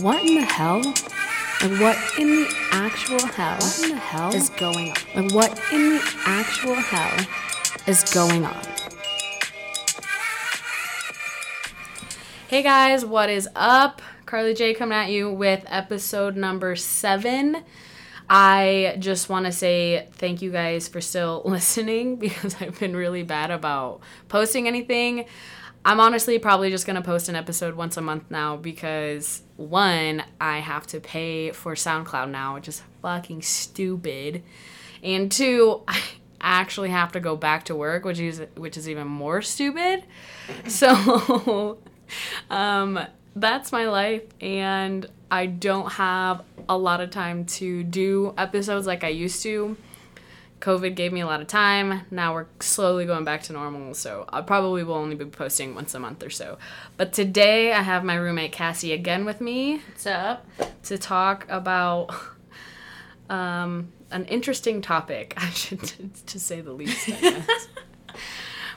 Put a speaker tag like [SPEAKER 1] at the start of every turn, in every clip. [SPEAKER 1] What in the hell? Like, what in the actual hell? What in the hell is going on? Like, what in the actual hell is going on? Hey guys, what is up? Carly J coming at you with episode number seven. I just want to say thank you guys for still listening because I've been really bad about posting anything. I'm honestly probably just going to post an episode once a month now because one, I have to pay for SoundCloud now, which is fucking stupid. And two, I actually have to go back to work, which is which is even more stupid. So um, that's my life, and I don't have a lot of time to do episodes like I used to. COVID gave me a lot of time. Now we're slowly going back to normal, so I probably will only be posting once a month or so. But today I have my roommate Cassie again with me
[SPEAKER 2] What's up?
[SPEAKER 1] to talk about um, an interesting topic, I should to say the least. I guess.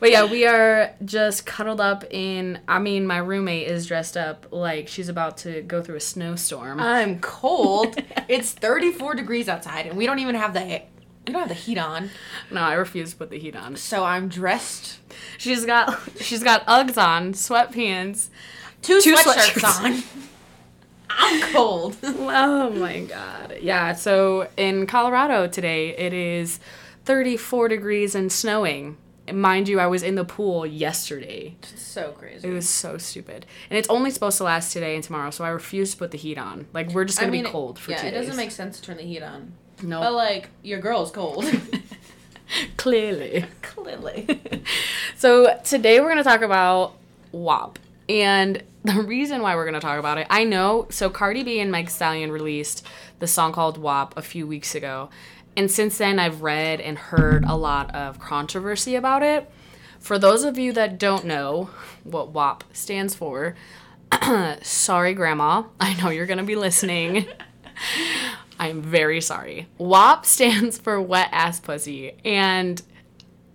[SPEAKER 1] but yeah, we are just cuddled up in. I mean, my roommate is dressed up like she's about to go through a snowstorm.
[SPEAKER 2] I'm cold. it's 34 degrees outside, and we don't even have the we don't have the heat on.
[SPEAKER 1] no, I refuse to put the heat on.
[SPEAKER 2] So I'm dressed
[SPEAKER 1] She's got she's got Uggs on, sweatpants.
[SPEAKER 2] two,
[SPEAKER 1] Two
[SPEAKER 2] sweatshirts
[SPEAKER 1] sweatshirts.
[SPEAKER 2] on. I'm cold.
[SPEAKER 1] Oh my god. Yeah, so in Colorado today it is 34 degrees and snowing. And Mind you, I was in the pool yesterday.
[SPEAKER 2] so crazy.
[SPEAKER 1] It was so stupid. And it's only supposed to last today and tomorrow, so I refuse to put the heat on. Like we're just
[SPEAKER 2] I
[SPEAKER 1] going to
[SPEAKER 2] mean,
[SPEAKER 1] be cold for
[SPEAKER 2] yeah,
[SPEAKER 1] two
[SPEAKER 2] it doesn't
[SPEAKER 1] days.
[SPEAKER 2] make sense to turn the heat on.
[SPEAKER 1] no.
[SPEAKER 2] But like your girl's cold.
[SPEAKER 1] clearly.
[SPEAKER 2] Clearly.
[SPEAKER 1] So today we're gonna talk about WAP. And the reason why we're gonna talk about it, I know, so Cardi B and Meg Stallion released the song called WAP a few weeks ago. And since then I've read and heard a lot of controversy about it. For those of you that don't know what WAP stands for, sorry grandma, I know you're gonna be listening. I'm very sorry. WAP stands for wet ass pussy. And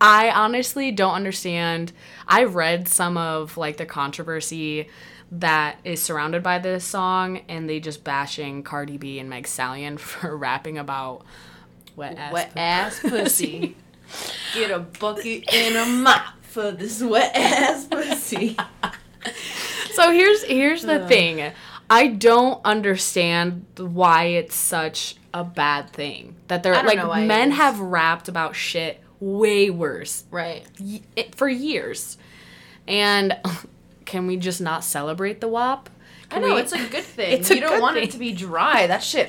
[SPEAKER 1] I honestly don't understand. I read some of like the controversy that is surrounded by this song and they just bashing Cardi B and Meg Stallion for rapping about wet ass
[SPEAKER 2] wet
[SPEAKER 1] pussy.
[SPEAKER 2] ass pussy. Get a bucket and a mop for this wet ass pussy.
[SPEAKER 1] So here's here's the thing. I don't understand why it's such a bad thing that they're
[SPEAKER 2] I don't know why
[SPEAKER 1] like
[SPEAKER 2] it
[SPEAKER 1] men
[SPEAKER 2] is.
[SPEAKER 1] have rapped about shit way worse
[SPEAKER 2] Right.
[SPEAKER 1] y- it- for years. And can we just not celebrate the WAP?
[SPEAKER 2] I
[SPEAKER 1] Can
[SPEAKER 2] know
[SPEAKER 1] we-
[SPEAKER 2] it's a good thing.
[SPEAKER 1] It's a
[SPEAKER 2] you don't
[SPEAKER 1] good
[SPEAKER 2] want
[SPEAKER 1] thing.
[SPEAKER 2] it to be dry. That shit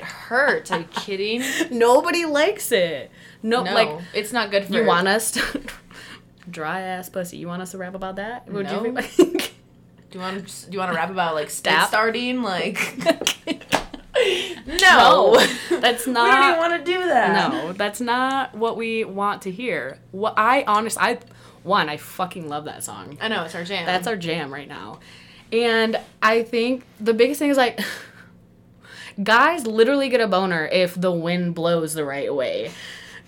[SPEAKER 2] hurts. Are you kidding?
[SPEAKER 1] nobody likes it. No,
[SPEAKER 2] No,
[SPEAKER 1] like
[SPEAKER 2] it's not good for
[SPEAKER 1] you want us to dry ass pussy. You want us to rap about that? Would you
[SPEAKER 2] No.
[SPEAKER 1] think-
[SPEAKER 2] Do you want to, do you want to rap about like spit
[SPEAKER 1] Stap?
[SPEAKER 2] starting? Like
[SPEAKER 1] no,
[SPEAKER 2] no,
[SPEAKER 1] that's
[SPEAKER 2] we don't even
[SPEAKER 1] not.
[SPEAKER 2] want to do that.
[SPEAKER 1] No, that's not what we want to hear. What I honest, I one, I fucking love that song.
[SPEAKER 2] I know it's our jam.
[SPEAKER 1] That's our jam right now. And I think the biggest thing is like guys literally get a boner if the wind blows the right way.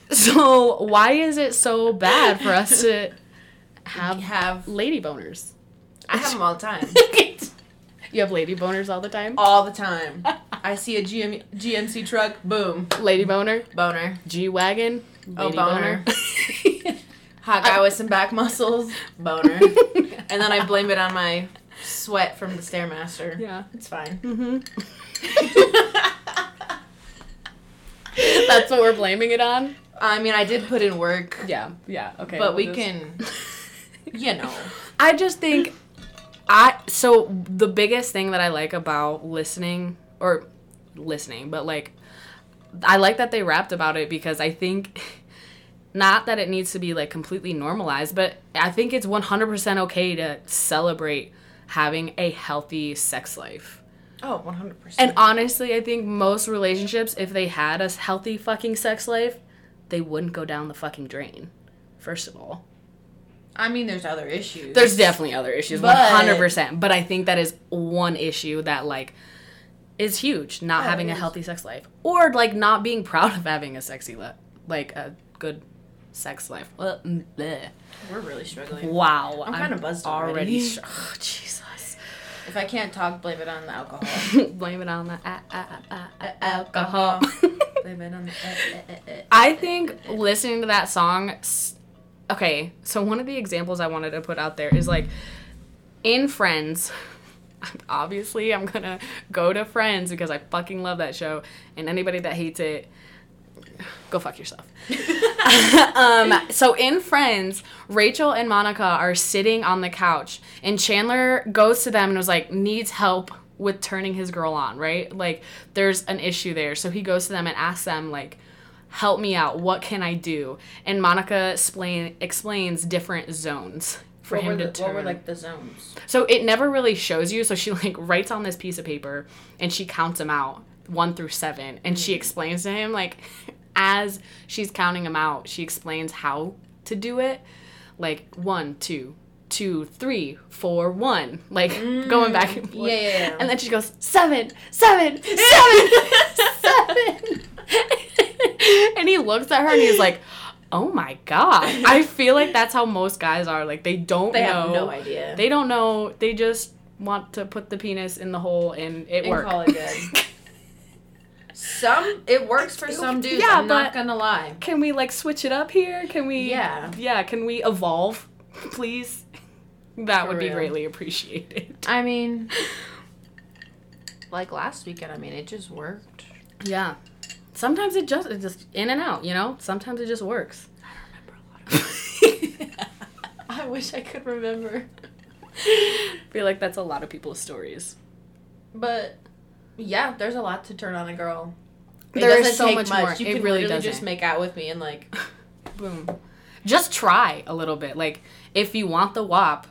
[SPEAKER 1] So why is it so bad for us to
[SPEAKER 2] I
[SPEAKER 1] have
[SPEAKER 2] have
[SPEAKER 1] lady boners?
[SPEAKER 2] I have them all the time,
[SPEAKER 1] you have lady boners all the time?
[SPEAKER 2] all the time. I see a GM, GMC truck, boom,
[SPEAKER 1] Lady boner,
[SPEAKER 2] boner.
[SPEAKER 1] G wagon, lady
[SPEAKER 2] Oh,
[SPEAKER 1] boner.
[SPEAKER 2] boner. Hot guy with some back muscles, boner. and then I blame it on my sweat from the stairmaster.
[SPEAKER 1] yeah.
[SPEAKER 2] It's fine.
[SPEAKER 1] Mm-hmm. That's what we're blaming it on.
[SPEAKER 2] I mean, I did put in work,
[SPEAKER 1] Yeah. Yeah. Okay.
[SPEAKER 2] but we
[SPEAKER 1] we'll just-
[SPEAKER 2] can, you know.
[SPEAKER 1] I just think I so the biggest thing that I like about listening or listening, but like I like that they rapped about it because I think not that it needs to be like completely normalized, but I think it's 100% okay to celebrate having a healthy sex life.
[SPEAKER 2] Oh, 100%.
[SPEAKER 1] And honestly, I think most relationships, if they had a healthy fucking sex life, they wouldn't go down the fucking drain. First of all,
[SPEAKER 2] I mean, there's other issues.
[SPEAKER 1] there's definitely other issues,
[SPEAKER 2] But-
[SPEAKER 1] one hundred percent. But I think that is one issue that like is huge. Not
[SPEAKER 2] Yeah,
[SPEAKER 1] having
[SPEAKER 2] it
[SPEAKER 1] a
[SPEAKER 2] is.
[SPEAKER 1] healthy sex life, or like not being proud of having a sexy li like a good sex life. Well, mm, bleh.
[SPEAKER 2] We're really struggling.
[SPEAKER 1] Wow,
[SPEAKER 2] I'm kinda buzzed already.
[SPEAKER 1] str- oh, Jesus.
[SPEAKER 2] If I can't talk, blame it on the alcohol.
[SPEAKER 1] Blame it on the uh, uh, uh, uh, alcohol.
[SPEAKER 2] blame it on the. Uh, uh, uh, uh.
[SPEAKER 1] I think listening to that song. s- Okay, so one of the examples I wanted to put out there is like in Friends. Obviously, I'm gonna go to Friends because I fucking love that show, and anybody that hates it, go fuck yourself. um, so in Friends, Rachel and Monica are sitting on the couch, and Chandler goes to them and was like, needs help with turning his girl on, right? Like, there's an issue there. So he goes to them and asks them, like, help me out. What can I do? And Monica explain, explains different zones for
[SPEAKER 2] what,
[SPEAKER 1] him
[SPEAKER 2] were
[SPEAKER 1] to
[SPEAKER 2] the,
[SPEAKER 1] turn.
[SPEAKER 2] what were like the zones?
[SPEAKER 1] So it never really shows you. So she like writes on this piece of paper and she counts them out one through seven, and
[SPEAKER 2] Mm.
[SPEAKER 1] she explains to him like as she's counting them out, she explains how to do it, like one, two, two, three, four, one, like going back and forth.
[SPEAKER 2] Mm. yeah, yeah, yeah.
[SPEAKER 1] And then she goes seven, seven, seven, seven. and he looks at her and he's like. Oh my god. I feel like that's how most guys are. Like they don't
[SPEAKER 2] They
[SPEAKER 1] know
[SPEAKER 2] have no idea.
[SPEAKER 1] they don't know. They just want to put the penis in the hole and it
[SPEAKER 2] And
[SPEAKER 1] works.
[SPEAKER 2] call it good. some it works for some dudes.
[SPEAKER 1] Yeah,
[SPEAKER 2] I'm not
[SPEAKER 1] but-
[SPEAKER 2] gonna lie.
[SPEAKER 1] can we like switch it up here? Can we?
[SPEAKER 2] Yeah.
[SPEAKER 1] Yeah. Can we evolve, please? That
[SPEAKER 2] For
[SPEAKER 1] would be
[SPEAKER 2] real.
[SPEAKER 1] greatly appreciated.
[SPEAKER 2] I mean, like last weekend. I mean, it just worked.
[SPEAKER 1] Yeah. Sometimes it just it's just in and out. You know. Sometimes it just works.
[SPEAKER 2] I wish I could remember,
[SPEAKER 1] feel like that's a lot of people's stories.
[SPEAKER 2] but yeah, there's a lot to turn on a girl.
[SPEAKER 1] There is
[SPEAKER 2] doesn't
[SPEAKER 1] so
[SPEAKER 2] take
[SPEAKER 1] much more.
[SPEAKER 2] You
[SPEAKER 1] It
[SPEAKER 2] can
[SPEAKER 1] really
[SPEAKER 2] literally
[SPEAKER 1] doesn't.
[SPEAKER 2] just make out with me and like
[SPEAKER 1] Boom. Just try a little bit. Like if you want the wop,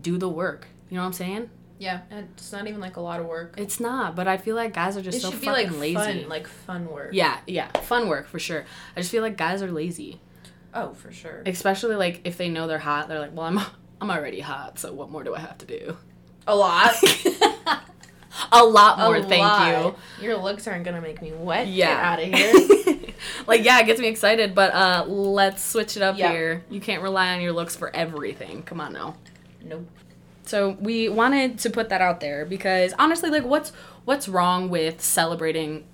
[SPEAKER 1] do the work. You know what I'm saying?
[SPEAKER 2] yeah, and it's not even like a lot of work.
[SPEAKER 1] It's not, but I feel like guys are just
[SPEAKER 2] It
[SPEAKER 1] so
[SPEAKER 2] should be like
[SPEAKER 1] fucking lazy.
[SPEAKER 2] fun, like fun work.
[SPEAKER 1] Yeah, yeah. Fun work for sure. I just feel like guys are lazy.
[SPEAKER 2] Oh, for sure.
[SPEAKER 1] Especially like if they know they're hot, they're like, Well, I'm I'm already hot, so what more do I have to do?
[SPEAKER 2] A lot.
[SPEAKER 1] A lot more,
[SPEAKER 2] A
[SPEAKER 1] thank
[SPEAKER 2] lot. Your looks aren't gonna make me wet.
[SPEAKER 1] you. Yeah.
[SPEAKER 2] Get out of here.
[SPEAKER 1] like yeah, it gets me excited, but uh let's switch it up
[SPEAKER 2] Yeah.
[SPEAKER 1] here. You can't rely on your looks for everything. Come on now.
[SPEAKER 2] nope.
[SPEAKER 1] So we wanted to put that out there because honestly, like what's what's wrong with celebrating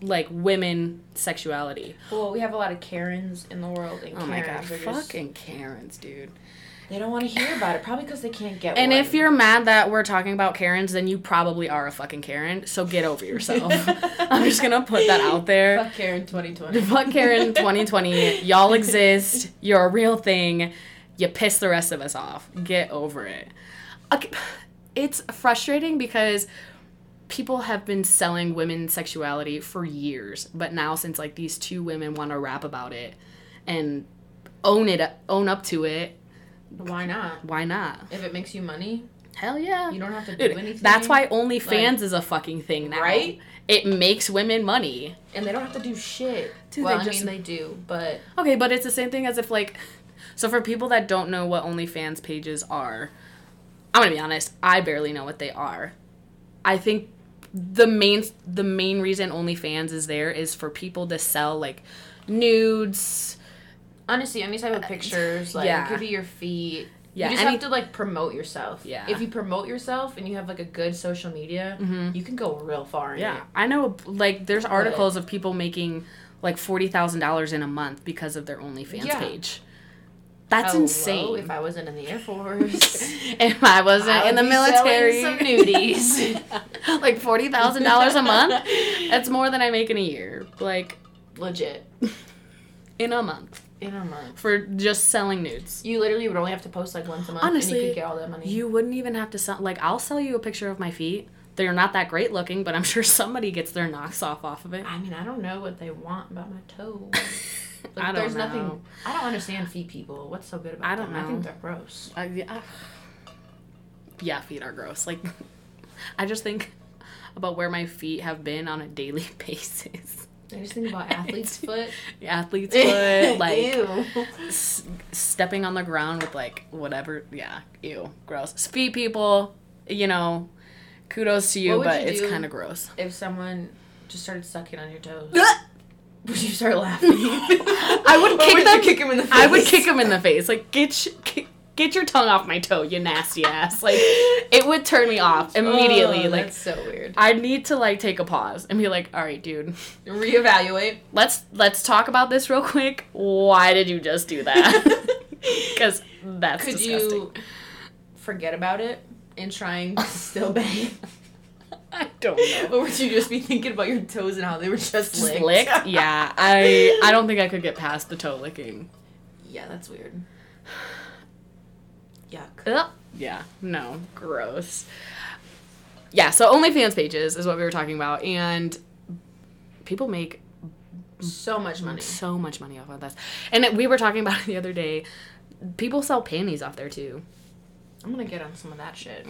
[SPEAKER 1] like women sexuality?
[SPEAKER 2] Well, we have a lot of Karens in the world, and
[SPEAKER 1] Oh my god,
[SPEAKER 2] Karens are just-
[SPEAKER 1] fucking Karens, dude.
[SPEAKER 2] they don't want to hear about it, probably because they can't get
[SPEAKER 1] And
[SPEAKER 2] one.
[SPEAKER 1] if you're mad that we're talking about Karens, then you probably are a fucking Karen. So get over yourself. I'm just gonna put that out there.
[SPEAKER 2] fuck Karen 2020,
[SPEAKER 1] Fuck Karen 2020. Y'all exist. You're a real thing. You piss the rest of us off. Get over it. Okay. It's frustrating because people have been selling women's sexuality for years, but now since like these two women want to rap about it and own it, own up to it,
[SPEAKER 2] why not?
[SPEAKER 1] why not?
[SPEAKER 2] If it makes you money,
[SPEAKER 1] Hell yeah.
[SPEAKER 2] you don't have to do
[SPEAKER 1] Dude,
[SPEAKER 2] anything.
[SPEAKER 1] that's why OnlyFans is a fucking thing now.
[SPEAKER 2] Right?
[SPEAKER 1] It makes women money.
[SPEAKER 2] and they don't have to do shit.
[SPEAKER 1] Dude,
[SPEAKER 2] well,
[SPEAKER 1] they
[SPEAKER 2] I
[SPEAKER 1] just-
[SPEAKER 2] mean, they do, but
[SPEAKER 1] Okay, but it's the same thing as if like so for people that don't know what OnlyFans pages are, I'm gonna be honest, I barely know what they are. I think the main the main reason OnlyFans is there is for people to sell like nudes.
[SPEAKER 2] honestly, any type of pictures, like
[SPEAKER 1] Uh, yeah.
[SPEAKER 2] it could be your feet.
[SPEAKER 1] Yeah,
[SPEAKER 2] you just
[SPEAKER 1] any-
[SPEAKER 2] have to like promote yourself.
[SPEAKER 1] Yeah.
[SPEAKER 2] If you promote yourself and you have like a good social media,
[SPEAKER 1] Mm-hmm.
[SPEAKER 2] you can go real far. In
[SPEAKER 1] Yeah. I know like there's articles of people making like forty thousand dollars in a month because of their OnlyFans
[SPEAKER 2] Yeah.
[SPEAKER 1] page. That's
[SPEAKER 2] Hello,
[SPEAKER 1] insane.
[SPEAKER 2] If I wasn't in the Air Force,
[SPEAKER 1] if I wasn't
[SPEAKER 2] I
[SPEAKER 1] in the
[SPEAKER 2] would be selling
[SPEAKER 1] military,
[SPEAKER 2] some nudies.
[SPEAKER 1] like forty thousand dollars a month. That's more than I make in a year, like
[SPEAKER 2] Legit.
[SPEAKER 1] in a month
[SPEAKER 2] In a month.
[SPEAKER 1] for just selling nudes.
[SPEAKER 2] You literally would only have to post like once a month and
[SPEAKER 1] Honestly,
[SPEAKER 2] you could get all that money.
[SPEAKER 1] You wouldn't even have to sell. Like I'll sell you a picture of my feet. They're not that great looking, but I'm sure somebody gets their knocks off off of it.
[SPEAKER 2] I mean, I don't know what they want about my toe. Like,
[SPEAKER 1] I don't
[SPEAKER 2] there's
[SPEAKER 1] know.
[SPEAKER 2] nothing. I don't understand feet people. What's so good about
[SPEAKER 1] I don't
[SPEAKER 2] them? I
[SPEAKER 1] know.
[SPEAKER 2] think they're gross.
[SPEAKER 1] I- yeah, I- yeah, feet are gross. Like I just think about where my feet have been on a daily basis.
[SPEAKER 2] I just think about athlete's foot.
[SPEAKER 1] Athlete's foot, like
[SPEAKER 2] Ew.
[SPEAKER 1] s- stepping on the ground with like whatever. Yeah, ew, gross. Feet people, you know, kudos to
[SPEAKER 2] What
[SPEAKER 1] you,
[SPEAKER 2] would
[SPEAKER 1] but
[SPEAKER 2] you
[SPEAKER 1] it's
[SPEAKER 2] do?
[SPEAKER 1] kind of gross.
[SPEAKER 2] If someone just started sucking on your toes,
[SPEAKER 1] I
[SPEAKER 2] would you start laughing? I
[SPEAKER 1] would
[SPEAKER 2] or
[SPEAKER 1] kick
[SPEAKER 2] would
[SPEAKER 1] them-
[SPEAKER 2] You kick him in the face.
[SPEAKER 1] would kick him in the face. Like get sh- get, get your tongue off my toe, you nasty ass. Like, it would turn me off immediately.
[SPEAKER 2] Oh,
[SPEAKER 1] like,
[SPEAKER 2] that's so weird.
[SPEAKER 1] I need to like take a pause and be like, all right, dude,
[SPEAKER 2] Reevaluate.
[SPEAKER 1] let's let's talk about this real quick. Why did you just do that? Because that's
[SPEAKER 2] Could
[SPEAKER 1] disgusting.
[SPEAKER 2] you forget about it and trying to still bang? it?
[SPEAKER 1] I don't know.
[SPEAKER 2] or would you just be thinking about your toes and how they were just,
[SPEAKER 1] Just
[SPEAKER 2] licked?
[SPEAKER 1] licked? Yeah, I I don't think I could get past the toe licking.
[SPEAKER 2] Yeah, that's weird. Yuck.
[SPEAKER 1] Ugh. Yeah, no, gross. Yeah, so OnlyFans pages is what we were talking about, and people make
[SPEAKER 2] So much money.
[SPEAKER 1] so much money off of this. And we were talking about it the other day. People sell panties off there too.
[SPEAKER 2] I'm gonna get on some of that shit.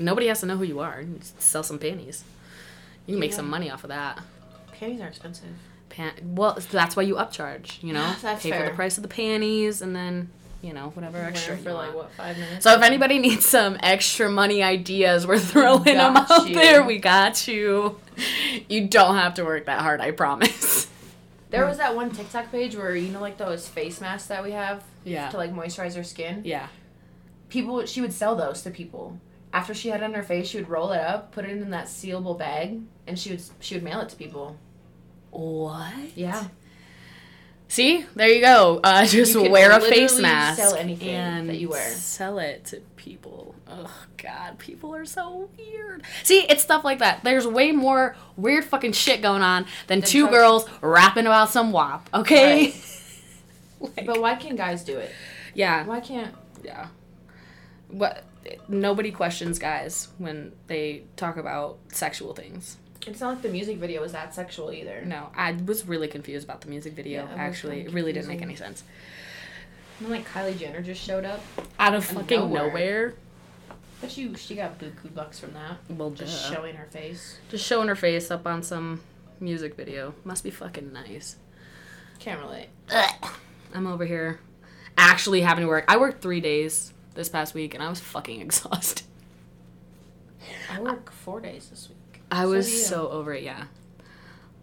[SPEAKER 1] Nobody has to know who you are. You just sell some panties. You can make
[SPEAKER 2] Yeah.
[SPEAKER 1] some money off of that.
[SPEAKER 2] Panties are expensive.
[SPEAKER 1] Pan- well, that's why you upcharge. You know,
[SPEAKER 2] That's
[SPEAKER 1] pay for
[SPEAKER 2] fair.
[SPEAKER 1] the price of the panties, and then you know whatever extra.
[SPEAKER 2] for
[SPEAKER 1] you
[SPEAKER 2] like
[SPEAKER 1] want.
[SPEAKER 2] what five minutes?
[SPEAKER 1] So if anybody needs some extra money ideas, we're throwing them
[SPEAKER 2] Got
[SPEAKER 1] out
[SPEAKER 2] you.
[SPEAKER 1] there. We got you. You don't have to work that hard, I promise.
[SPEAKER 2] there was that one TikTok page where you know like those face masks that we have
[SPEAKER 1] Yeah.
[SPEAKER 2] to like moisturize our skin.
[SPEAKER 1] Yeah.
[SPEAKER 2] People, she would sell those to people. After she had it on her face, she would roll it up, put it in that sealable bag, and she would she would mail it to people.
[SPEAKER 1] What?
[SPEAKER 2] Yeah.
[SPEAKER 1] See, there you go. Uh, just
[SPEAKER 2] You can
[SPEAKER 1] wear a face
[SPEAKER 2] literally
[SPEAKER 1] mask.
[SPEAKER 2] sell anything
[SPEAKER 1] and
[SPEAKER 2] that you wear.
[SPEAKER 1] Sell it to people. Oh God, people are so weird. See, it's stuff like that. There's way more weird fucking shit going on than
[SPEAKER 2] Than
[SPEAKER 1] two
[SPEAKER 2] drugs.
[SPEAKER 1] girls rapping about some wop. Okay. Like,
[SPEAKER 2] But why can guys do it?
[SPEAKER 1] yeah.
[SPEAKER 2] Why can't?
[SPEAKER 1] Yeah. What nobody questions guys when they talk about sexual things.
[SPEAKER 2] It's not like the music video was that sexual either.
[SPEAKER 1] No, I was really confused about the music video
[SPEAKER 2] Yeah, it was
[SPEAKER 1] actually.
[SPEAKER 2] kinda
[SPEAKER 1] It really didn't make any sense.
[SPEAKER 2] And then, like Kylie Jenner just showed up,
[SPEAKER 1] Out of
[SPEAKER 2] Out of
[SPEAKER 1] fucking nowhere.
[SPEAKER 2] nowhere. but she she got buku bucks from that.
[SPEAKER 1] Well,
[SPEAKER 2] Just
[SPEAKER 1] duh.
[SPEAKER 2] showing her face.
[SPEAKER 1] just showing her face up on some music video. Must be fucking nice.
[SPEAKER 2] Can't relate.
[SPEAKER 1] I'm over here actually having to work. I worked 3 days this past week and I was fucking exhausted.
[SPEAKER 2] I work four days this week.
[SPEAKER 1] I
[SPEAKER 2] So
[SPEAKER 1] was
[SPEAKER 2] do you.
[SPEAKER 1] so over it, yeah.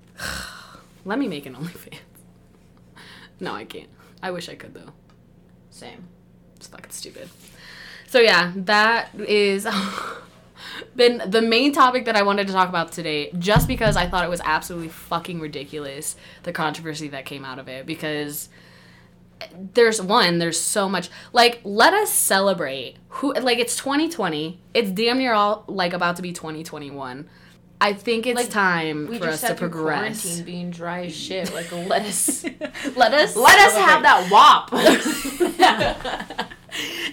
[SPEAKER 1] Let me make an OnlyFans. No, I can't. I wish I could though.
[SPEAKER 2] Same.
[SPEAKER 1] It's fucking stupid. So yeah, that is been the main topic that I wanted to talk about today, just because I thought it was absolutely fucking ridiculous the controversy that came out of it. Because there's one, there's so much like let us celebrate who like it's 2020. It's damn near all like about to be 2021. I think it's
[SPEAKER 2] Like,
[SPEAKER 1] time
[SPEAKER 2] We
[SPEAKER 1] for us
[SPEAKER 2] just had
[SPEAKER 1] to
[SPEAKER 2] to
[SPEAKER 1] progress.
[SPEAKER 2] quarantine being dry as shit, like a lettuce.
[SPEAKER 1] Let us
[SPEAKER 2] Let us
[SPEAKER 1] celebrate.
[SPEAKER 2] have that wop.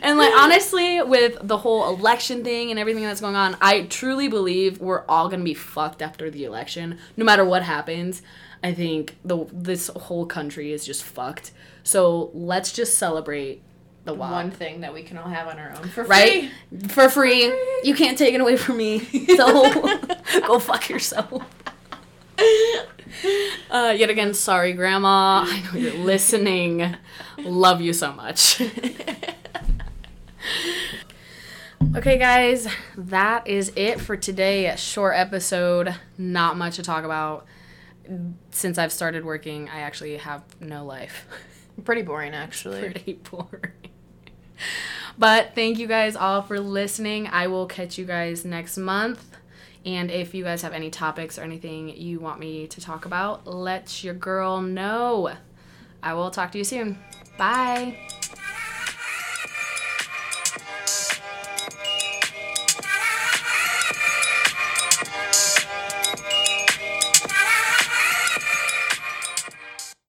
[SPEAKER 1] And like honestly, with the whole election thing and everything that's going on, I truly believe we're all gonna be fucked after the election, no matter what happens. I think the this whole country is just fucked. So let's just celebrate the WAP.
[SPEAKER 2] One thing that we can all have on our own for
[SPEAKER 1] Right?
[SPEAKER 2] free.
[SPEAKER 1] For free. You can't take it away from me. So go fuck yourself. Uh, yet again, sorry, Grandma. I know you're listening. Love you so much. okay, guys, that is it for today. A short episode, not much to talk about. Since I've started working, I actually have no life
[SPEAKER 2] Pretty boring, actually.
[SPEAKER 1] pretty boring. But thank you guys all for listening. I will catch you guys next month. And if you guys have any topics or anything you want me to talk about, let your girl know. I will talk to you soon. Bye.